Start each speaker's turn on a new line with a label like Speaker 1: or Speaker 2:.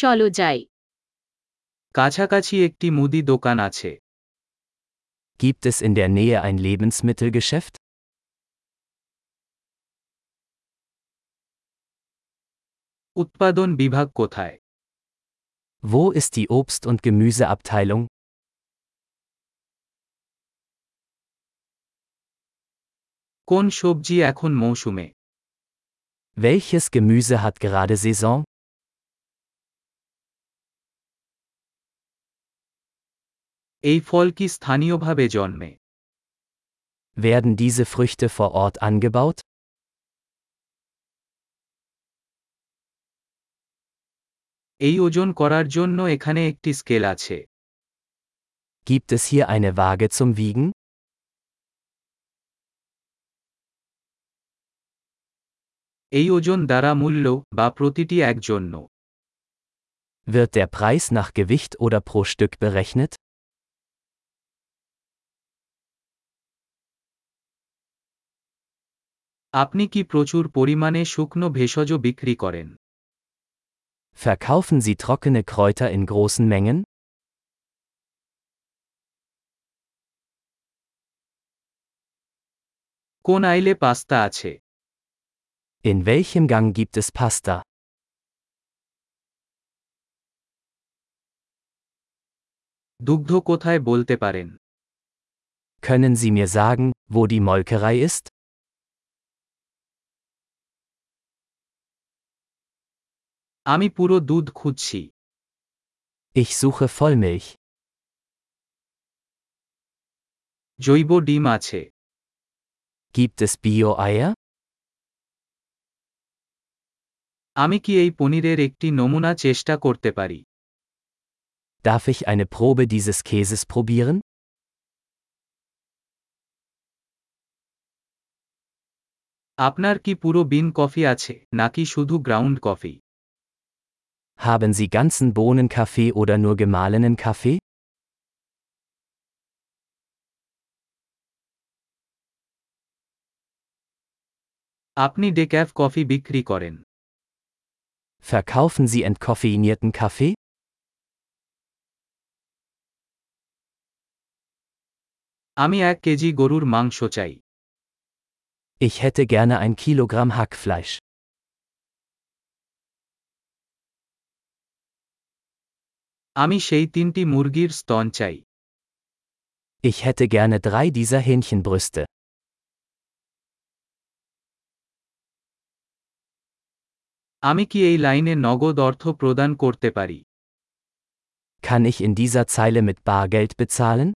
Speaker 1: চলো যাই
Speaker 2: কাছাকাছি একটি মুদি দোকান আছে
Speaker 3: Gibt es in der Nähe ein Lebensmittelgeschäft?
Speaker 2: উৎপাদন বিভাগ কোথায়
Speaker 3: Wo ist die Obst- und Gemüseabteilung?
Speaker 2: কোন সবজি এখন মৌসুমে
Speaker 3: Welches Gemüse hat gerade Saison?
Speaker 2: এই ফল কি স্থানীয়ভাবে জন্মে
Speaker 3: Werden diese Früchte vor Ort angebaut?
Speaker 2: এই ওজন করার জন্য এখানে একটি স্কেল আছে
Speaker 3: Gibt es hier eine Waage zum Wiegen?
Speaker 2: এই ওজন দ্বারা মূল্য বা প্রতিটি এক জন্য
Speaker 3: Wird der Preis nach Gewicht oder pro Stück berechnet?
Speaker 2: আপনি কি প্রচুর পরিমাণে শুকনো ভেষজ বিক্রি করেন
Speaker 3: Verkaufen Sie trockene Kräuter in großen Mengen?
Speaker 2: কোন আইলে পাস্তা আছে
Speaker 3: In welchem Gang gibt es Pasta?
Speaker 2: দুগ্ধ কোথায় বলতে পারেন
Speaker 3: Können Sie mir sagen, wo die Molkerei ist?
Speaker 2: আমি পুরো দুধ খুঁজছি
Speaker 3: Ich suche Vollmilch.
Speaker 2: জৈব ডিম আছে
Speaker 3: Gibt es Bio-Eier?
Speaker 2: আমি কি এই পনিরের একটি নমুনা চেষ্টা করতে পারি
Speaker 3: Darf ich eine Probe dieses Käses probieren?
Speaker 2: আপনার কি পুরো বিন কফি আছে নাকি শুধু ground coffee
Speaker 3: Haben Sie ganzen Bohnenkaffee oder nur gemahlenen Kaffee?
Speaker 2: আপনি ডেক্যাফ কফি বিক্রি করেন
Speaker 3: Verkaufen Sie entkoffeinierten Kaffee?
Speaker 2: আমি এক কেজি গরুর মাংস চাই
Speaker 3: Ich hätte gerne ein Kilogramm Hackfleisch.
Speaker 2: আমি সেই তিনটি মুরগির স্তন চাই
Speaker 3: Ich hätte gerne drei dieser Hähnchenbrüste.
Speaker 2: আমি কি এই লাইনে নগদ অর্থ প্রদান করতে পারি
Speaker 3: Kann ich in dieser Zeile mit Bargeld bezahlen?